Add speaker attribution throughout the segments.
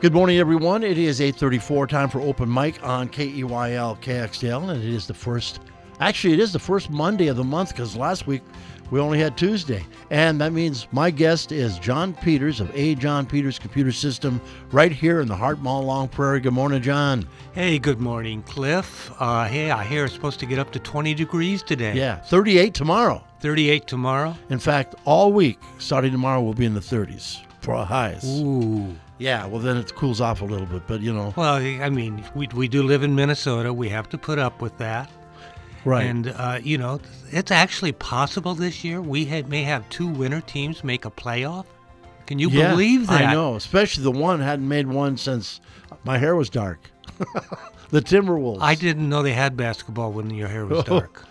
Speaker 1: Good morning, everyone. It is 8:34, time for open mic on E KEYL KXDL, and it is the first. Actually, it is the first Monday of the month because last week we only had Tuesday, and that means my guest is John Peters of A. John Peters Computer System, right here in the Heart Mall, Long Prairie. Good morning, John.
Speaker 2: Hey, good morning, Cliff. Uh, hey, I hear it's supposed to get up to 20 degrees today.
Speaker 1: Yeah, 38 tomorrow.
Speaker 2: 38 tomorrow.
Speaker 1: In fact, all week starting tomorrow will be in the 30s for our highs.
Speaker 2: Ooh.
Speaker 1: Yeah, well then it cools off a little bit, but you know,
Speaker 2: Well, I mean, we, we do live in Minnesota. We have to put up with that.
Speaker 1: right?
Speaker 2: And, uh, you know, it's actually possible this year we had, may have two winter teams make a playoff. Can you
Speaker 1: yeah,
Speaker 2: believe that?
Speaker 1: I know, especially the one hadn't made one since my hair was dark. the Timberwolves.
Speaker 2: I didn't know they had basketball when your hair was dark.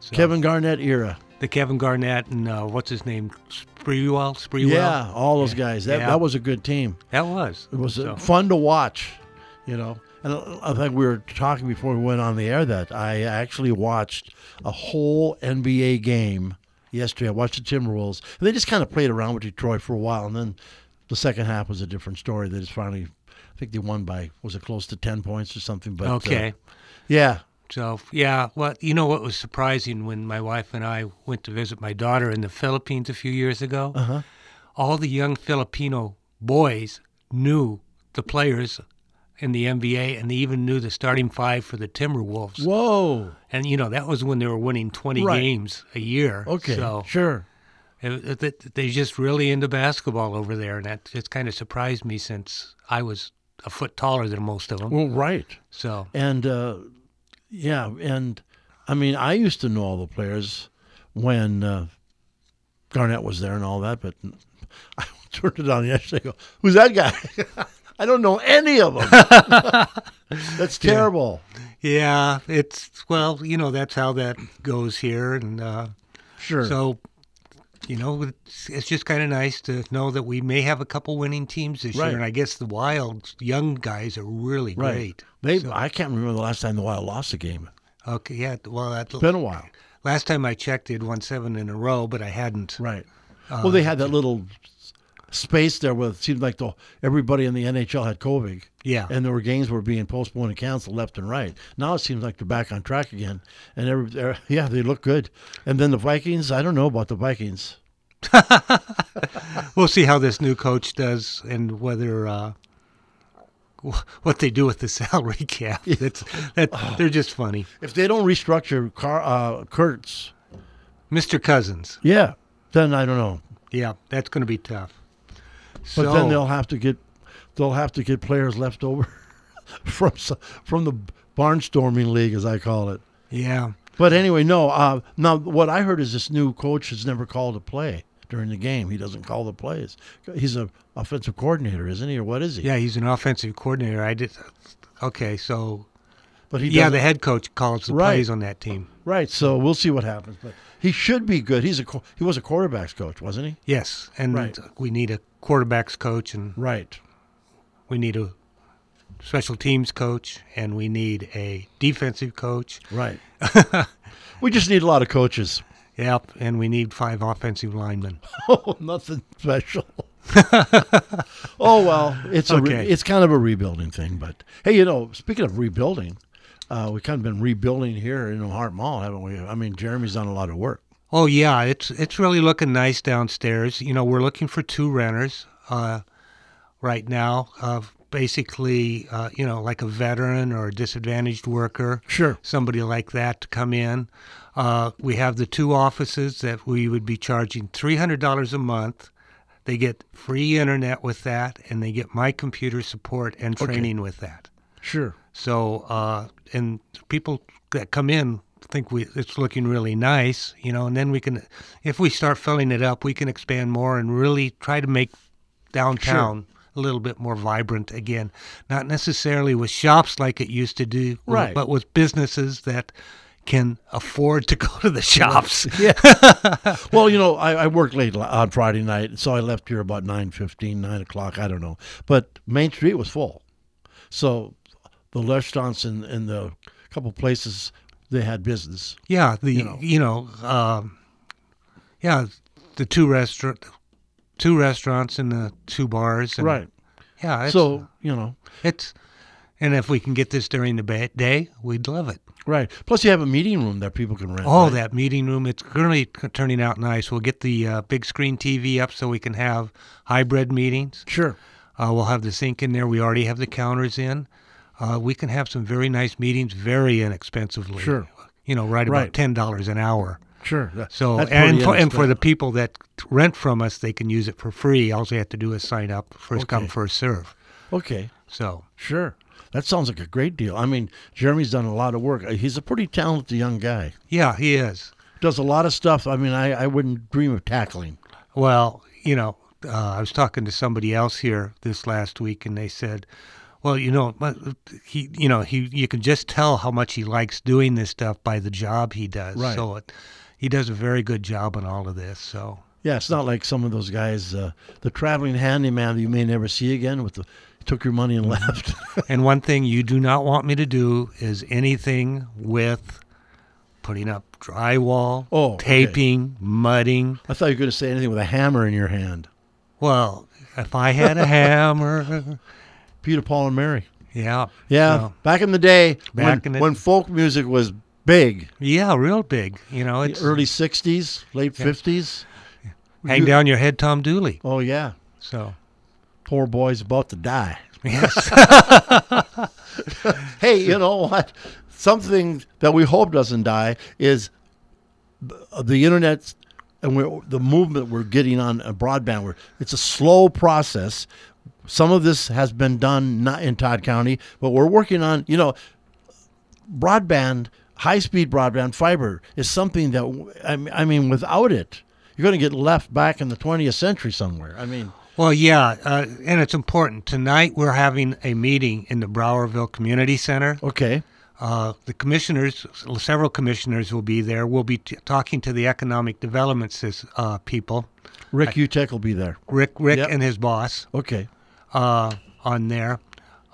Speaker 2: So,
Speaker 1: Kevin Garnett era.
Speaker 2: The Kevin Garnett and uh, what's his name? Spreewell? Spreewell?
Speaker 1: Yeah, all those guys. That
Speaker 2: Yeah.
Speaker 1: that was a good team.
Speaker 2: That was.
Speaker 1: It was uh
Speaker 2: So-
Speaker 1: fun to watch, you know. And I think we were talking before we went on the air that I actually watched a whole NBA game yesterday. I watched the Timberwolves. And they just kind of played around with Detroit for a while, and then the second half was a different story. They just finally, I think they won by was it close to ten points or something? But uh,
Speaker 2: Okay.
Speaker 1: yeah,
Speaker 2: So yeah, well, you know what was surprising when my wife and I went to visit my daughter in the Philippines a few years ago.
Speaker 1: Uh-huh.
Speaker 2: All the young Filipino boys knew the players in the NBA, and they even knew the starting five for the Timberwolves.
Speaker 1: whoa,
Speaker 2: And you know that was when they were winning twenty
Speaker 1: Right.
Speaker 2: games a year.
Speaker 1: okay,
Speaker 2: so
Speaker 1: sure.
Speaker 2: it- it- they're just really into basketball over there, and that just kind of surprised me since I was a foot taller than most of them.
Speaker 1: Well, right.
Speaker 2: So
Speaker 1: and uh, yeah, and I mean, I used to know all the players when uh, Garnett was there and all that, but I turned it on yesterday. I Go, who's that guy? I don't know any of them. That's terrible.
Speaker 2: Yeah, it's well, you know, that's how that goes here, and uh,
Speaker 1: Sure.
Speaker 2: so you know, it's, it's just kind of nice to know that we may have a couple winning teams this
Speaker 1: Right.
Speaker 2: year, and I guess the Wild young guys are really
Speaker 1: right.
Speaker 2: great.
Speaker 1: They, I can't remember the last time the Wild lost a game.
Speaker 2: Okay, yeah, well, that,
Speaker 1: It's been a while.
Speaker 2: last time I checked, they'd won seven in a row, but I hadn't.
Speaker 1: Right. well, they had that little s- space there where it seemed like the, everybody in the NHL had COVID.
Speaker 2: Yeah,
Speaker 1: and there were games were being postponed and canceled left and right. Now it seems like they're back on track again, and every, er, yeah, they look good. And then the Vikings, I don't know about the Vikings.
Speaker 2: we'll see how this new coach does, and whether. Uh, wh- what they do with the salary cap. That's, that,
Speaker 1: Oh.
Speaker 2: They're just funny.
Speaker 1: If they don't restructure Car, uh, Kurtz,
Speaker 2: Mr. Cousins.
Speaker 1: yeah, then I don't know.
Speaker 2: Yeah, that's going to be tough.
Speaker 1: But
Speaker 2: so,
Speaker 1: then they'll have to get they'll have to get players left over from s- from the barnstorming league, as I call it.
Speaker 2: yeah,
Speaker 1: But anyway, no. Uh, now, what I heard is this new coach has never called a play during the game. He doesn't call the plays. He's a offensive coordinator, isn't he, or what is he?
Speaker 2: yeah, he's an offensive coordinator. I did. Okay, so
Speaker 1: But he
Speaker 2: yeah,
Speaker 1: doesn't.
Speaker 2: the head coach calls the
Speaker 1: Right.
Speaker 2: plays on that team.
Speaker 1: Right. So we'll see what happens. But he should be good. He's a qu- he was a quarterbacks coach, wasn't he?
Speaker 2: Yes, and
Speaker 1: Right.
Speaker 2: we need a quarterbacks coach, and
Speaker 1: Right.
Speaker 2: we need a special teams coach, and we need a defensive coach.
Speaker 1: Right. we just need a lot of coaches.
Speaker 2: Yep, and we need five offensive linemen.
Speaker 1: Oh, nothing special. oh well, it's a re-
Speaker 2: Okay.
Speaker 1: it's kind of a rebuilding thing. But hey, you know, speaking of rebuilding, uh, we've kind of been rebuilding here in Hart Mall, haven't we? I mean, Jeremy's done a lot of work.
Speaker 2: Oh yeah, it's it's really looking nice downstairs. You know, we're looking for two renters uh, right now. Uh, basically, uh, you know, like a veteran or a disadvantaged worker,
Speaker 1: Sure.
Speaker 2: somebody like that to come in. Uh, we have the two offices that we would be charging three hundred dollars a month. They get free internet with that, and they get my computer support and training with that.
Speaker 1: Sure.
Speaker 2: So, uh, and people that come in think we it's looking really nice, you know. And then we can, if we start filling it up, we can expand more and really try to make downtown a little bit more vibrant again. Not necessarily with shops like it used to do,
Speaker 1: Right.
Speaker 2: But with businesses that can afford to go to the shops.
Speaker 1: Well, you know, I, I worked late la- on Friday night, so I left here about 9, 9 o'clock, I don't know. But Main Street was full. So the restaurants and, and the couple places, they had business.
Speaker 2: Yeah, the you
Speaker 1: know.
Speaker 2: know, um, yeah, the two restaurant, two restaurants and the two bars, and, Yeah. It's,
Speaker 1: so you know,
Speaker 2: it's, and if we can get this during the ba- day, we'd love it.
Speaker 1: right. Plus, you have a meeting room that people can rent.
Speaker 2: Oh,
Speaker 1: right?
Speaker 2: that meeting room. It's currently t- turning out nice. We'll get the uh, big screen TV up so we can have hybrid meetings.
Speaker 1: sure.
Speaker 2: Uh, we'll have the sink in there. We already have the counters in. Uh, we can have some very nice meetings very inexpensively.
Speaker 1: Sure.
Speaker 2: You know, right,
Speaker 1: Right.
Speaker 2: about $10 an hour.
Speaker 1: Sure. That-
Speaker 2: So,
Speaker 1: that's
Speaker 2: and
Speaker 1: pretty
Speaker 2: for, and for the
Speaker 1: inexpensive.
Speaker 2: people that rent from us, they can use it for free. All they have to do is sign up, first come,
Speaker 1: Okay.
Speaker 2: first serve.
Speaker 1: okay,
Speaker 2: So,
Speaker 1: sure. That sounds like a great deal. I mean, Jeremy's done a lot of work. Uh, He's a pretty talented young guy.
Speaker 2: yeah, he is.
Speaker 1: Does a lot of stuff. I mean, I, I wouldn't dream of tackling.
Speaker 2: Well, you know, uh, I was talking to somebody else here this last week, and they said, "Well, you know, mu- he, you know, he, you can just tell how much he likes doing this stuff by the job he does.
Speaker 1: Right.
Speaker 2: So it, he does a very good job on all of this. So
Speaker 1: Yeah, it's not like some of those guys, uh, the traveling handyman that you may never see again. With the took your money and left.
Speaker 2: And one thing you do not want me to do is anything with putting up drywall,
Speaker 1: Oh, okay.
Speaker 2: taping, mudding.
Speaker 1: I thought you were going to say anything with a hammer in your hand.
Speaker 2: Well, if I had a hammer,
Speaker 1: Peter, Paul, and Mary.
Speaker 2: yeah,
Speaker 1: Yeah,
Speaker 2: so-
Speaker 1: back in the day, when,
Speaker 2: Back in the-
Speaker 1: when folk music was big,
Speaker 2: yeah, real big. You know,
Speaker 1: the
Speaker 2: it's
Speaker 1: early '60s, late '50s.
Speaker 2: hang
Speaker 1: you-
Speaker 2: down your head, Tom Dooley.
Speaker 1: Oh yeah,
Speaker 2: So
Speaker 1: poor boy's about to die.
Speaker 2: yes,
Speaker 1: Hey, you know what? Something that we hope doesn't die is b- the internet and we're, the movement we're getting on uh, broadband. We're, it's a slow process. Some of this has been done not in Todd County, but we're working on. You know, broadband, high speed broadband fiber is something that w- I m- I mean, without it, you're going to get left back in the 20th century somewhere. I mean,
Speaker 2: well, yeah, uh, and it's important. Tonight we're having a meeting in the Browerville Community Center.
Speaker 1: okay,
Speaker 2: Uh, the commissioners, several commissioners will be there. We'll be t- talking to the economic development sys- uh, people,
Speaker 1: Rick Utek will be there.
Speaker 2: Rick, Rick,
Speaker 1: Yep.
Speaker 2: and his boss
Speaker 1: Okay,
Speaker 2: uh, on there.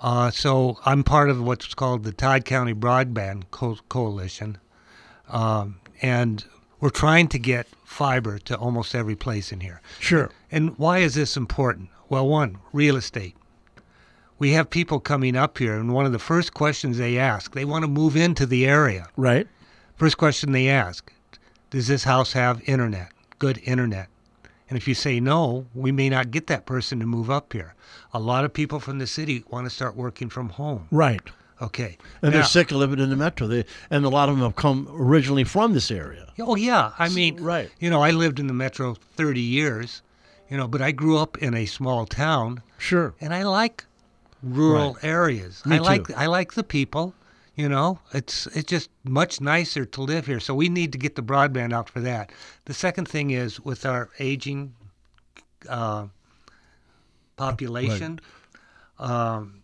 Speaker 2: Uh, so I'm part of what's called the Todd County Broadband Co- Coalition, um, and we're trying to get fiber to almost every place in here.
Speaker 1: sure.
Speaker 2: And why is this important? Well, one, real estate. We have people coming up here, and one of the first questions they ask, they want to move into the area.
Speaker 1: Right.
Speaker 2: First question they ask Does this house have internet? Good internet. And if you say no, we may not get that person to move up here. A lot of people from the city want to start working from home.
Speaker 1: Right.
Speaker 2: Okay.
Speaker 1: And
Speaker 2: Now-
Speaker 1: they're sick of living in the metro. They, and a lot of them have come originally from this area.
Speaker 2: Oh, yeah. I mean,
Speaker 1: right.
Speaker 2: you know, I lived in the metro 30 years, you know, but I grew up in a small town
Speaker 1: Sure.
Speaker 2: and I like rural areas.
Speaker 1: Me
Speaker 2: I like
Speaker 1: too.
Speaker 2: I like the people. You know, it's it's just much nicer to live here. So we need to get the broadband out for that. The second thing is with our aging uh, population, um,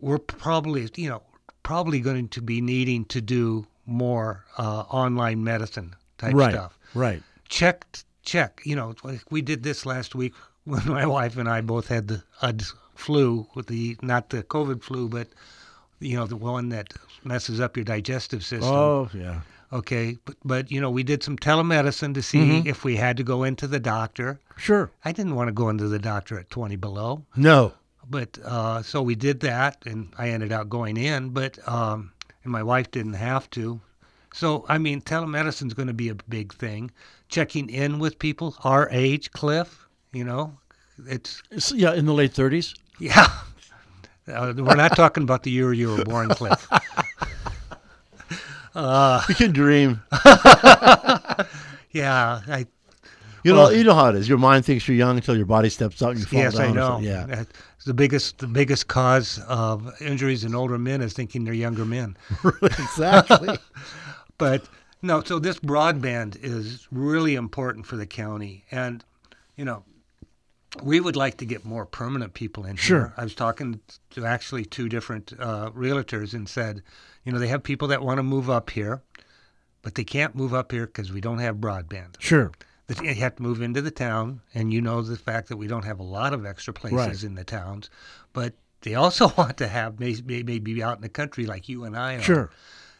Speaker 2: we're probably you know probably going to be needing to do more uh, online medicine type
Speaker 1: Right.
Speaker 2: stuff
Speaker 1: Right.
Speaker 2: check check you know like we did this last week when my wife and i both had the uh, flu with the not the covid flu but you know the one that messes up your digestive system
Speaker 1: Oh, yeah.
Speaker 2: okay but but you know we did some telemedicine to see if we had to go into the doctor
Speaker 1: Sure.
Speaker 2: i didn't want to go into the doctor at 20 below
Speaker 1: No.
Speaker 2: but uh, so we did that, and I ended up going in, but um, and my wife didn't have to. So I mean, telemedicine's going to be a big thing. Checking in with people our age, Cliff. You know, it's
Speaker 1: It's- yeah, in the late 30s.
Speaker 2: yeah. Uh, we're not talking about the year you were born, Cliff.
Speaker 1: You can dream.
Speaker 2: Yeah, I,
Speaker 1: You know,
Speaker 2: Well-
Speaker 1: you know how it is. Your mind thinks you're young until your body steps out and you fall
Speaker 2: yes,
Speaker 1: down.
Speaker 2: I
Speaker 1: or
Speaker 2: know.
Speaker 1: something. Yeah.
Speaker 2: That's the biggest the biggest cause of injuries in older men is thinking they're younger men.
Speaker 1: exactly.
Speaker 2: but no, so this broadband is really important for the county, and you know, we would like to get more permanent people in.
Speaker 1: Sure.
Speaker 2: here. I was talking to actually two different uh, realtors and said, you know, they have people that want to move up here, but they can't move up here because we don't have broadband.
Speaker 1: Sure.
Speaker 2: That They have to move into the town, and you know the fact that we don't have a lot of extra places
Speaker 1: Right.
Speaker 2: in the towns, but they also want to have may- may- maybe out in the country like you and I are.
Speaker 1: Sure.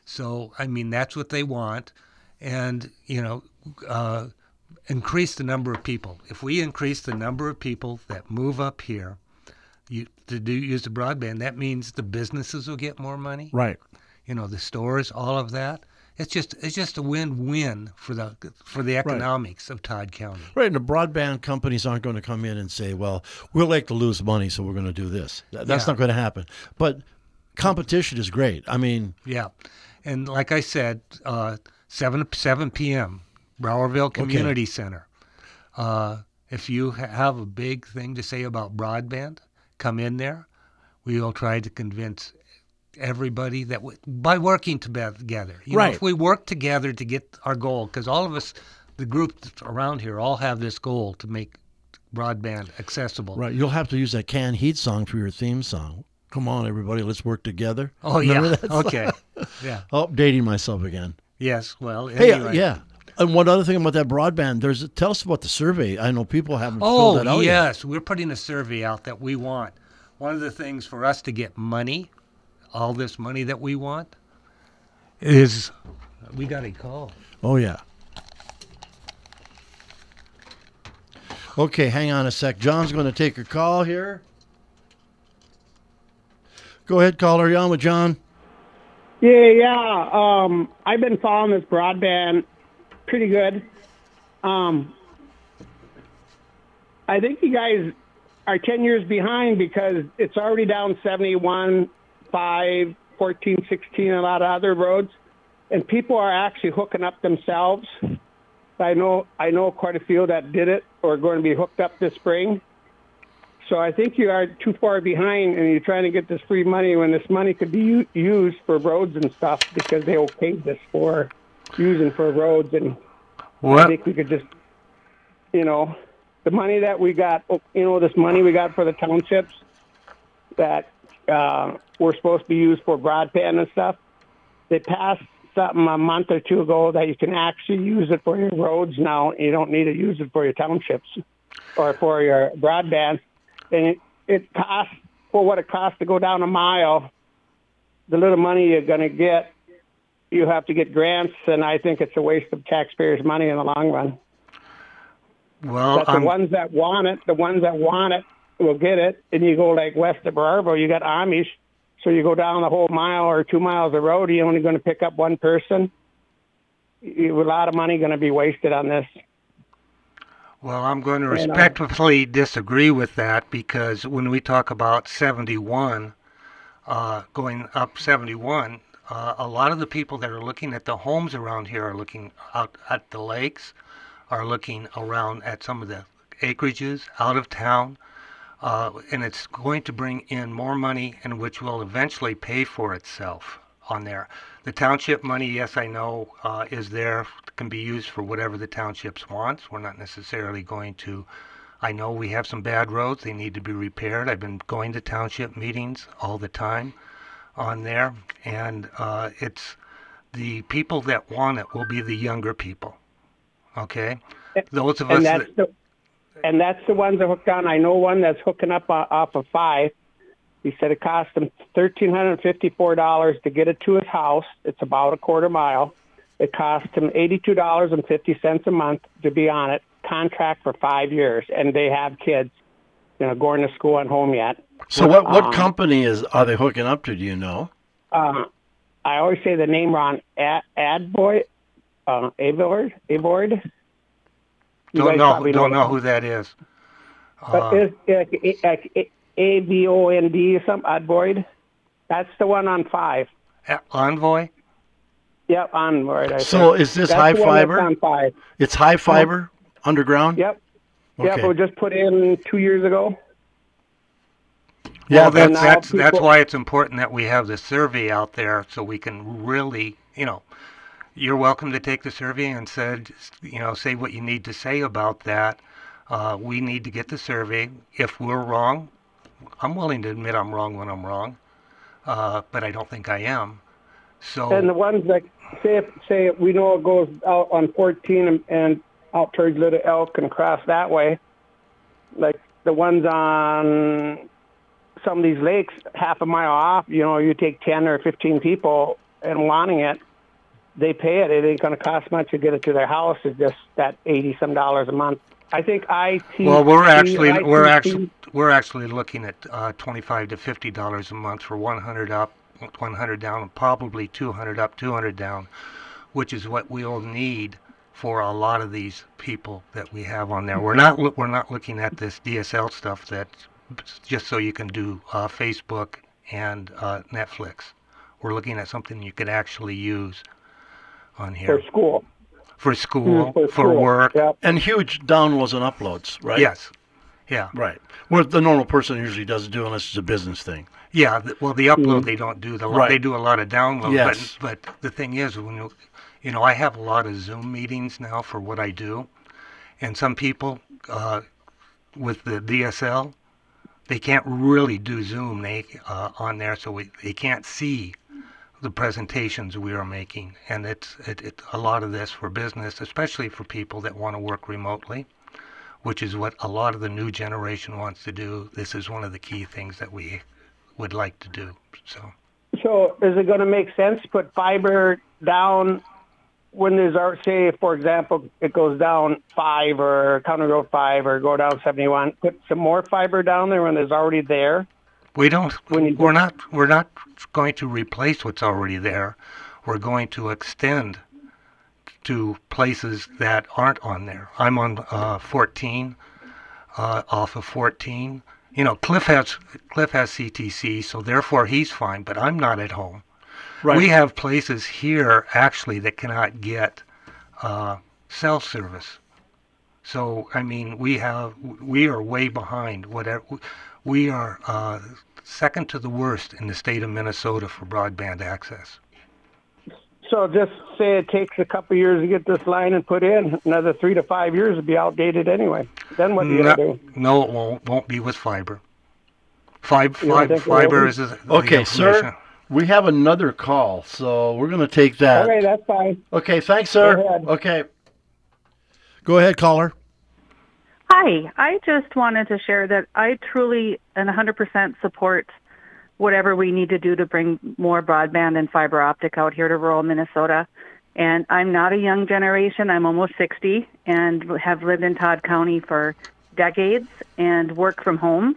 Speaker 2: So I mean, that's what they want, and you know, uh, increase the number of people. If we increase the number of people that move up here, you, to do use the broadband, that means the businesses will get more money.
Speaker 3: Right.
Speaker 2: You know, the stores, all of that. It's just it's just a win-win for the for the economics of Todd County.
Speaker 1: Right, and the broadband companies aren't going to come in and say, "Well, we'd like to lose money, so we're going to do this." Th- That's
Speaker 2: Yeah.
Speaker 1: not going to happen. But competition is great. I mean,
Speaker 2: Yeah, and like I said, uh, seven seven p.m. Browerville Community Center. Uh, if you ha- have a big thing to say about broadband, come in there. We will try to convince everybody that we, by working tobe- together. You Know,
Speaker 3: Right.
Speaker 2: if we work together to get our goal, because all of us, the group that's around here, all have this goal to make broadband accessible.
Speaker 1: right, you'll have to use that can heat song for your theme song. Come on, everybody, let's work together.
Speaker 2: Oh
Speaker 1: Remember
Speaker 2: yeah.
Speaker 1: that song?
Speaker 2: Okay. yeah.
Speaker 1: Updating myself again.
Speaker 2: Yes. Well.
Speaker 1: Hey, uh,
Speaker 2: anyway.
Speaker 1: yeah. And one other thing about that broadband, there's tell us about the survey. I know people haven't
Speaker 2: Oh,
Speaker 1: filled that out yet.
Speaker 2: yes. We're putting a survey out that we want. One of the things for us to get money, all this money that we want, is we got a call.
Speaker 1: Oh yeah. Okay, hang on a sec. John's going to take a call here. Go ahead, caller. You on with John?
Speaker 4: Yeah, yeah. Um, I've been following this broadband pretty good. Um, I think you guys are 10 years behind because it's already down 71, 5, 14, 16, a lot of other roads. And people are actually hooking up themselves. I know, I know quite a few that did it or are going to be hooked up this spring. So I think you are too far behind, and you're trying to get this free money when this money could be u- used for roads and stuff because they okayed this for using for roads, and I
Speaker 2: What?
Speaker 4: think we could just, you know, the money that we got, you know, this money we got for the townships that uh, were supposed to be used for broadband and stuff. They passed something a month or two ago that you can actually use it for your roads now. You don't need to use it for your townships or for your broadband. And it, it costs, for what it costs to go down a mile, the little money you're going to get, you have to get grants. And I think it's a waste of taxpayers' money in the long run.
Speaker 2: Well,
Speaker 4: But the
Speaker 2: I'm,
Speaker 4: ones that want it, the ones that want it will get it. And you go like west of Bravo, you got Amish. So you go down the whole mile or two miles of road, you're only going to pick up one person. You, a lot of money going to be wasted on this.
Speaker 2: well, I'm going to
Speaker 4: You know.
Speaker 2: respectfully disagree with that because when we talk about 71, uh, going up 71, uh, a lot of the people that are looking at the homes around here are looking out at the lakes, are looking around at some of the acreages out of town, uh, and it's going to bring in more money, and which will eventually pay for itself on there. The township money, yes, I know, uh, is there can be used for whatever the townships wants. We're not necessarily going to. I know we have some bad roads; they need to be repaired. I've been going to township meetings all the time on there, and uh, it's the people that want it will be the younger people. Okay, those of us
Speaker 4: and
Speaker 2: that
Speaker 4: that's the and that's the ones that hooked on. I know one that's hooking up uh, off of five. He said it cost him thirteen hundred fifty-four dollars to get it to his house. It's about a quarter mile. It cost him eighty-two dollars and fifty cents a month to be on it. Contract for five years, and they have kids, you know, going to school and home yet.
Speaker 1: So what what
Speaker 4: Um,
Speaker 1: company is are they hooking up to? Do you know?
Speaker 4: Uh, I always say the name wrong. Ad, ad boy, uh, Avord, Avord. You
Speaker 2: don't
Speaker 4: guys
Speaker 2: know
Speaker 4: probably
Speaker 2: don't
Speaker 4: that.
Speaker 2: know who that is.
Speaker 1: Uh-huh.
Speaker 4: But
Speaker 2: Uh,
Speaker 4: is like, like A- A B O N D or something, Advoid? That's the one on five.
Speaker 2: A- Envoy?
Speaker 4: Yep, onward. I
Speaker 1: So
Speaker 4: think.
Speaker 1: is this
Speaker 4: That's
Speaker 1: high
Speaker 4: the one that's
Speaker 1: fiber?
Speaker 4: on five.
Speaker 1: It's high fiber underground.
Speaker 4: Yep. Yep,
Speaker 1: Okay.
Speaker 4: it was just put in two years ago.
Speaker 1: Yeah,
Speaker 2: well,
Speaker 4: but
Speaker 2: that's
Speaker 4: now
Speaker 2: that's that's
Speaker 4: people-
Speaker 2: why it's important that we have the survey out there so we can really, you know, you're welcome to take the survey and said, you know, say what you need to say about that. Uh, we need to get the survey. If we're wrong, I'm willing to admit I'm wrong when I'm wrong, uh, but I don't think I am. So
Speaker 4: And the ones that say if, say we know it goes out on 14 and, and out towards Little Elk and across that way, like the ones on some of these lakes, half a mile off. You know, you take 10 or 15 people and wanting it, they pay it. It ain't going to cost much to get it to their house. It's just that eighty some dollars a month. I think I.
Speaker 2: Well, we're actually we're actually we're actually looking at uh, twenty-five to fifty dollars a month for one hundred up, one hundred down, and probably two hundred up, two hundred down, which is what we'll need for a lot of these people that we have on there. We're not loo- we're not looking at this DSL stuff that's just so you can do uh, Facebook and uh, Netflix. We're looking at something you could actually use on here
Speaker 4: for school.
Speaker 2: for school, for,
Speaker 4: school.
Speaker 2: work.
Speaker 4: Yep.
Speaker 1: And huge downloads and uploads, right?
Speaker 2: Yes. Yeah.
Speaker 1: Right. What the normal person usually doesn't do unless it's a business thing.
Speaker 2: Yeah, th- well, the upload they don't do the
Speaker 1: Right.
Speaker 2: they do a lot of download.
Speaker 1: Yes.
Speaker 2: But, but the thing is, when you, you know, I have a lot of Zoom meetings now for what I do, and some people uh, with the DSL, they can't really do Zoom they, uh, on there, so we, they can't see the presentations we are making, and it's it, it a lot of this for business, especially for people that want to work remotely. Which is what a lot of the new generation wants to do. This is one of the key things that we would like to do. So
Speaker 4: So is it going to make sense to put fiber down when there's our say, for example, it goes down five or County Road five or go down seventy one. Put some more fiber down there when there's already there.
Speaker 2: we don't.
Speaker 4: When you-
Speaker 2: we're not. We're not going to replace what's already there. We're going to extend to places that aren't on there. I'm on uh, 14, uh, off of 14. You know, Cliff has Cliff has CTC, so therefore he's fine. But I'm not at home.
Speaker 1: Right.
Speaker 2: We have places here actually that cannot get uh, cell service. So I mean, we have we are way behind. Whatever we are uh, second to the worst in the state of Minnesota for broadband access.
Speaker 4: So just say it takes a couple years to get this line and put in. Another three to five years would be outdated anyway. Then what do you
Speaker 2: no,
Speaker 4: gonna do?
Speaker 2: no, it won't. Won't be with fiber. Fib,
Speaker 4: You
Speaker 2: fib,
Speaker 4: don't think it will
Speaker 2: fiber
Speaker 4: be?
Speaker 2: is the
Speaker 1: Okay, sir.
Speaker 2: information.
Speaker 1: We have another call, so we're going to take that.
Speaker 4: Okay, that's fine.
Speaker 1: Okay, thanks, sir.
Speaker 4: Go ahead.
Speaker 1: Okay. Go ahead, caller.
Speaker 3: Hi, I just wanted to share that I truly and 100% support whatever we need to do to bring more broadband and fiber optic out here to rural Minnesota. And I'm not a young generation. I'm almost 60 and have lived in Todd County for decades and work from home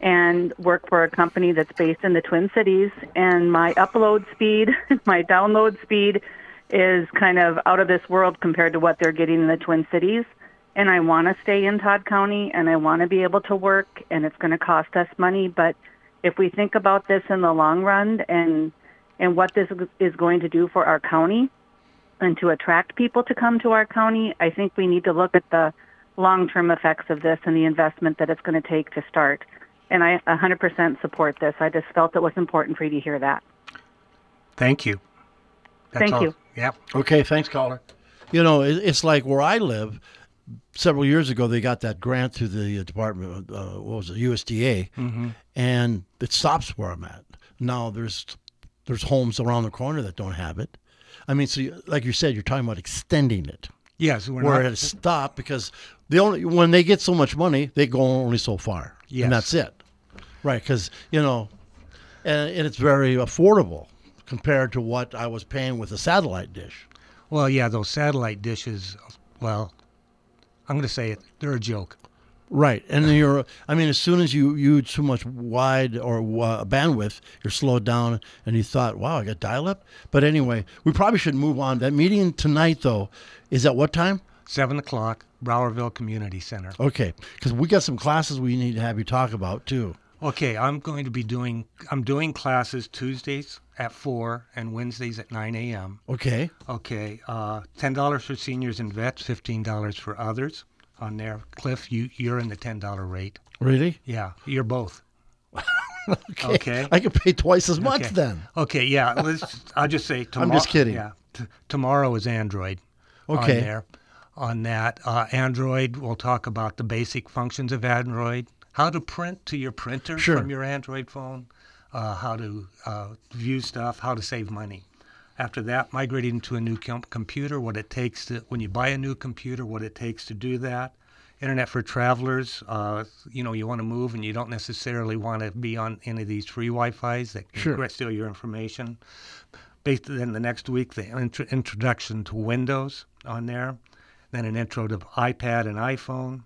Speaker 3: and work for a company that's based in the Twin Cities. And my upload speed, my download speed is kind of out of this world compared to what they're getting in the Twin Cities. And I want to stay in Todd County and I want to be able to work and it's going to cost us money. But if we think about this in the long run and, and what this is going to do for our county, and to attract people to come to our county, I think we need to look at the long-term effects of this and the investment that it's going to take to start. And I 100% support this. I just felt it was important for you to hear that.
Speaker 2: Thank you. That's
Speaker 3: Thank
Speaker 2: all.
Speaker 3: you.
Speaker 2: Yep.
Speaker 1: Okay, thanks, caller. You know, it, it's like where I live. Several years ago, they got that grant through the Department, of, uh, what was it, USDA, and it stops where I'm at. Now there's there's homes around the corner that don't have it. I mean, so you, like you said, you're talking about extending it
Speaker 2: Yes, we're
Speaker 1: where
Speaker 2: not.
Speaker 1: it stopped because the only when they get so much money, they go only so far,
Speaker 2: Yes.
Speaker 1: and that's it, right? Because you know, and, and it's very affordable compared to what I was paying with a satellite dish.
Speaker 2: Well, yeah, those satellite dishes. Well, I'm going to say it. They're a joke.
Speaker 1: Right, and then you're. I mean, as soon as you use too much wide or uh, bandwidth, you're slowed down, and you thought, "Wow, I got dial-up." But anyway, we probably should move on. That meeting tonight, though, is at what time?
Speaker 2: Seven o'clock, Browerville Community Center.
Speaker 1: Okay, because we got some classes we need to have you talk about too.
Speaker 2: Okay, I'm going to be doing. I'm doing classes Tuesdays at four and Wednesdays at nine a.m.
Speaker 1: Okay,
Speaker 2: Okay, uh, ten dollars for seniors and vets, fifteen dollars for others. On there, Cliff, you you're in the ten dollar rate.
Speaker 1: really?
Speaker 2: Yeah, you're both. okay.
Speaker 1: I could pay twice as much
Speaker 2: Okay.
Speaker 1: then.
Speaker 2: Okay, yeah. Let's. I'll just say tomorrow.
Speaker 1: just kidding.
Speaker 2: Yeah, t- tomorrow is Android.
Speaker 1: Okay.
Speaker 2: On there, on that uh, Android, we'll talk about the basic functions of Android, how to print to your printer
Speaker 1: Sure.
Speaker 2: from your Android phone, uh, how to uh, view stuff, how to save money. After that, migrating to a new com- computer, what it takes to when you buy a new computer, what it takes to do that. Internet for travelers. Uh, you know, you want to move and you don't necessarily want to be on any of these free Wi-Fi's that can
Speaker 1: Sure.
Speaker 2: steal your information Based then the next week the intro- introduction to Windows on there, then an intro to iPad and iPhone,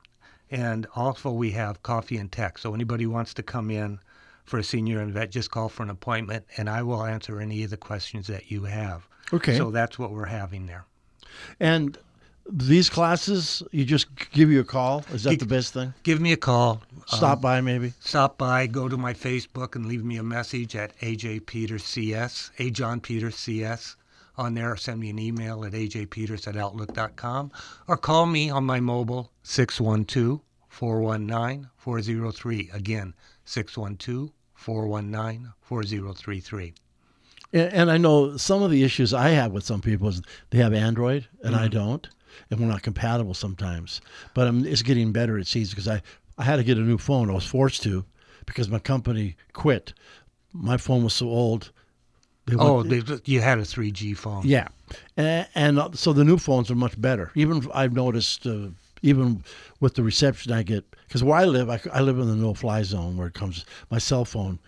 Speaker 2: and also we have coffee and tech. So anybody who wants to come in for a senior and vet, just call for an appointment, and I will answer any of the questions that you have.
Speaker 1: Okay.
Speaker 2: So that's what we're having there.
Speaker 1: And these classes, you just give you a call. Is that the best thing?
Speaker 2: Give me a call. uh,
Speaker 1: Stop by maybe.
Speaker 2: stop by, go to my Facebook, and leave me a message at AJ Peters CS, A John Peters CS on there, or send me an email at ajpeters at outlook.com, or call me on my mobile 612 419 4033. Again, 612 419 4033.
Speaker 1: And, and I know some of the issues I have with some people is they have Android and I don't, and we're not compatible sometimes. But um, it's getting better, it seems, because I, I had to get a new phone. I was forced to because my company quit. My phone was so old. They
Speaker 2: Oh,
Speaker 1: want-
Speaker 2: they, you had a 3G phone.
Speaker 1: yeah. And, and uh, so the new phones are much better. Even I've noticed, uh, even with the reception I get, because where I live, I, I live in the no fly zone where it comes, my cell phone.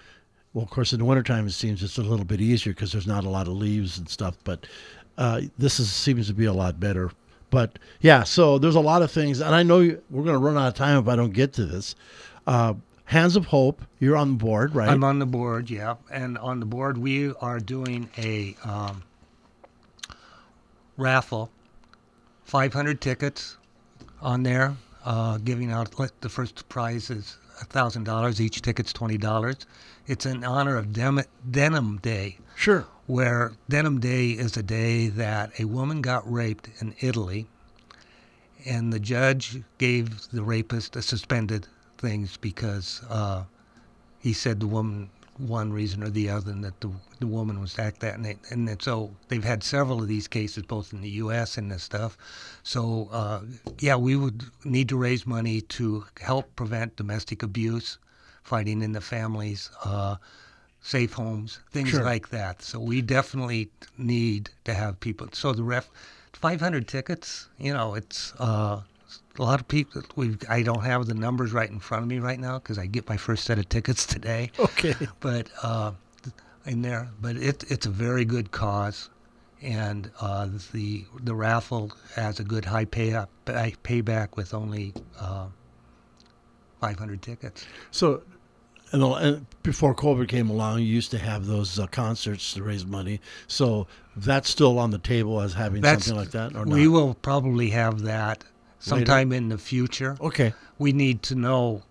Speaker 1: Well, of course, in the wintertime, it seems it's a little bit easier because there's not a lot of leaves and stuff, but uh, this is, seems to be a lot better. But yeah, so there's a lot of things, and I know you, we're going to run out of time if I don't get to this. Uh, Hands of Hope, you're on board, right?
Speaker 2: I'm on the board, yeah. And on the board, we are doing a um, raffle, 500 tickets on there, uh, giving out like, the first prize is $1,000. Each ticket's $20. It's in honor of Dem- Denim Day,
Speaker 1: sure.
Speaker 2: where Denim Day is a day that a woman got raped in Italy, and the judge gave the rapist a suspended things because uh, he said the woman one reason or the other and that the, the woman was act that and, it, and then so they've had several of these cases both in the US and this stuff so uh, yeah we would need to raise money to help prevent domestic abuse fighting in the families uh, safe homes things
Speaker 1: Sure.
Speaker 2: like that so we definitely need to have people so the ref 500 tickets you know it's uh, a lot of people we've i don't have the numbers right in front of me right now because i get my first set of tickets today
Speaker 1: Okay.
Speaker 2: but uh, in there but it, it's a very good cause and uh, the the raffle has a good high pay up, pay, payback with only uh, 500 tickets
Speaker 1: So, and, the- and before COVID came along, you used to have those uh, concerts to raise money. So that's still on the table as having
Speaker 2: That's-
Speaker 1: something like that, or not?
Speaker 2: we will probably have that sometime in the future
Speaker 1: okay,
Speaker 2: we need to know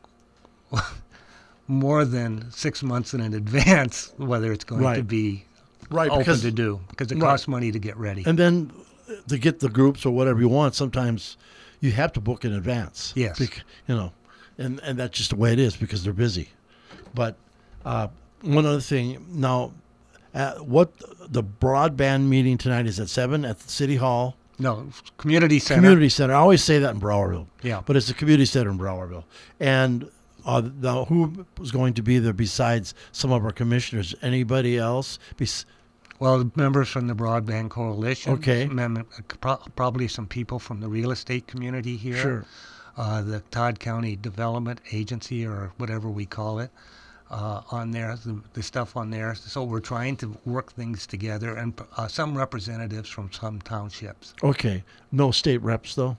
Speaker 2: more than six months in advance whether it's going to
Speaker 1: Right.
Speaker 2: be
Speaker 1: right?
Speaker 2: open
Speaker 1: Because
Speaker 2: to do because it
Speaker 1: Right.
Speaker 2: costs money to get ready.
Speaker 1: and then to get the groups or whatever you want, sometimes you have to book in advance.
Speaker 2: Yes.
Speaker 1: Bec- you know, and and that's just the way it is because they're busy. But uh, one other thing now. Uh, what the broadband meeting tonight is at seven at the city hall.
Speaker 2: no, community center.
Speaker 1: community center. I always say that in Browerville.
Speaker 2: Yeah.
Speaker 1: But it's a community center in Browerville. And uh, now, who was going to be there besides some of our commissioners? Anybody else? Bes-
Speaker 2: Well, members from the Broadband Coalition.
Speaker 1: Okay.
Speaker 2: mem- pro- probably some people from the real estate community here.
Speaker 1: Sure.
Speaker 2: Uh, the Todd County Development Agency, or whatever we call it, uh, on there, the, the stuff on there. So we're trying to work things together, and uh, some representatives from some townships.
Speaker 1: Okay. No state reps though.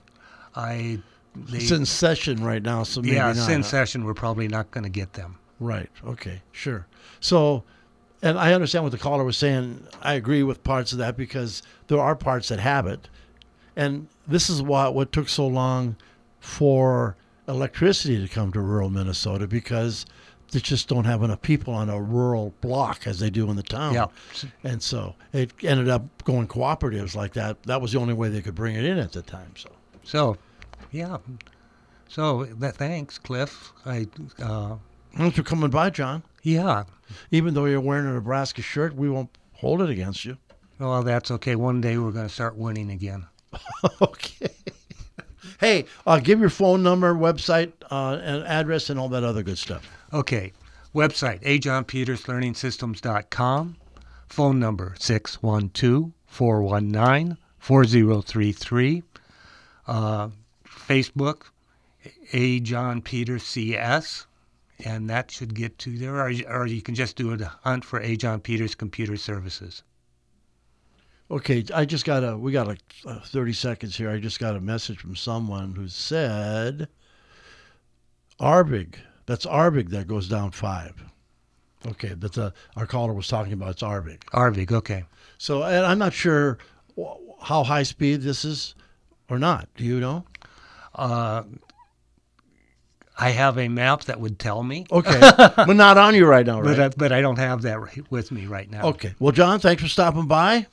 Speaker 2: I. They,
Speaker 1: It's in session right now, so maybe
Speaker 2: yeah,
Speaker 1: not.
Speaker 2: sin session, we're probably not going to get them.
Speaker 1: Right. Okay. Sure. So, and I understand what the caller was saying. I agree with parts of that because there are parts that have it, and this is why what took so long for electricity to come to rural Minnesota because they just don't have enough people on a rural block as they do in the town.
Speaker 2: Yeah.
Speaker 1: And so it ended up going cooperatives like that. That was the only way they could bring it in at the time. So.
Speaker 2: So, yeah. So that, thanks, Cliff. I, uh,
Speaker 1: Thanks for coming by, John.
Speaker 2: yeah.
Speaker 1: Even though you're wearing a Nebraska shirt, we won't hold it against you.
Speaker 2: Well, that's okay. One day we're going to start winning again.
Speaker 1: Okay. Hey, uh, give your phone number, website, uh, and address, and all that other good stuff.
Speaker 2: Okay. Website, ajohnpeterslearningsystems.com. Phone number, 612-419-4033. Uh, Facebook, A. John Peters CS. And that should get to there. Or, or you can just do a hunt for A. John Peters Computer Services.
Speaker 1: Okay, I just got a. We got like uh, thirty seconds here. I just got a message from someone who said, "Arbig." That's Arbig that goes down five. Okay, that's a, our caller was talking about. It's Arbig.
Speaker 2: Arvig, okay.
Speaker 1: So, and I'm not sure wh- how high speed this is or not. Do you know?
Speaker 2: Uh, I have a map that would tell me,
Speaker 1: Okay, we're not on you right now, right?
Speaker 2: but I, but I don't have that right- with me right now.
Speaker 1: okay. Well, John, thanks for stopping by,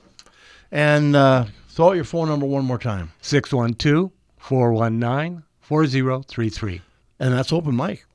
Speaker 1: and uh, throw out your phone number one more time,
Speaker 2: 612 419 4033.
Speaker 1: and that's open mic.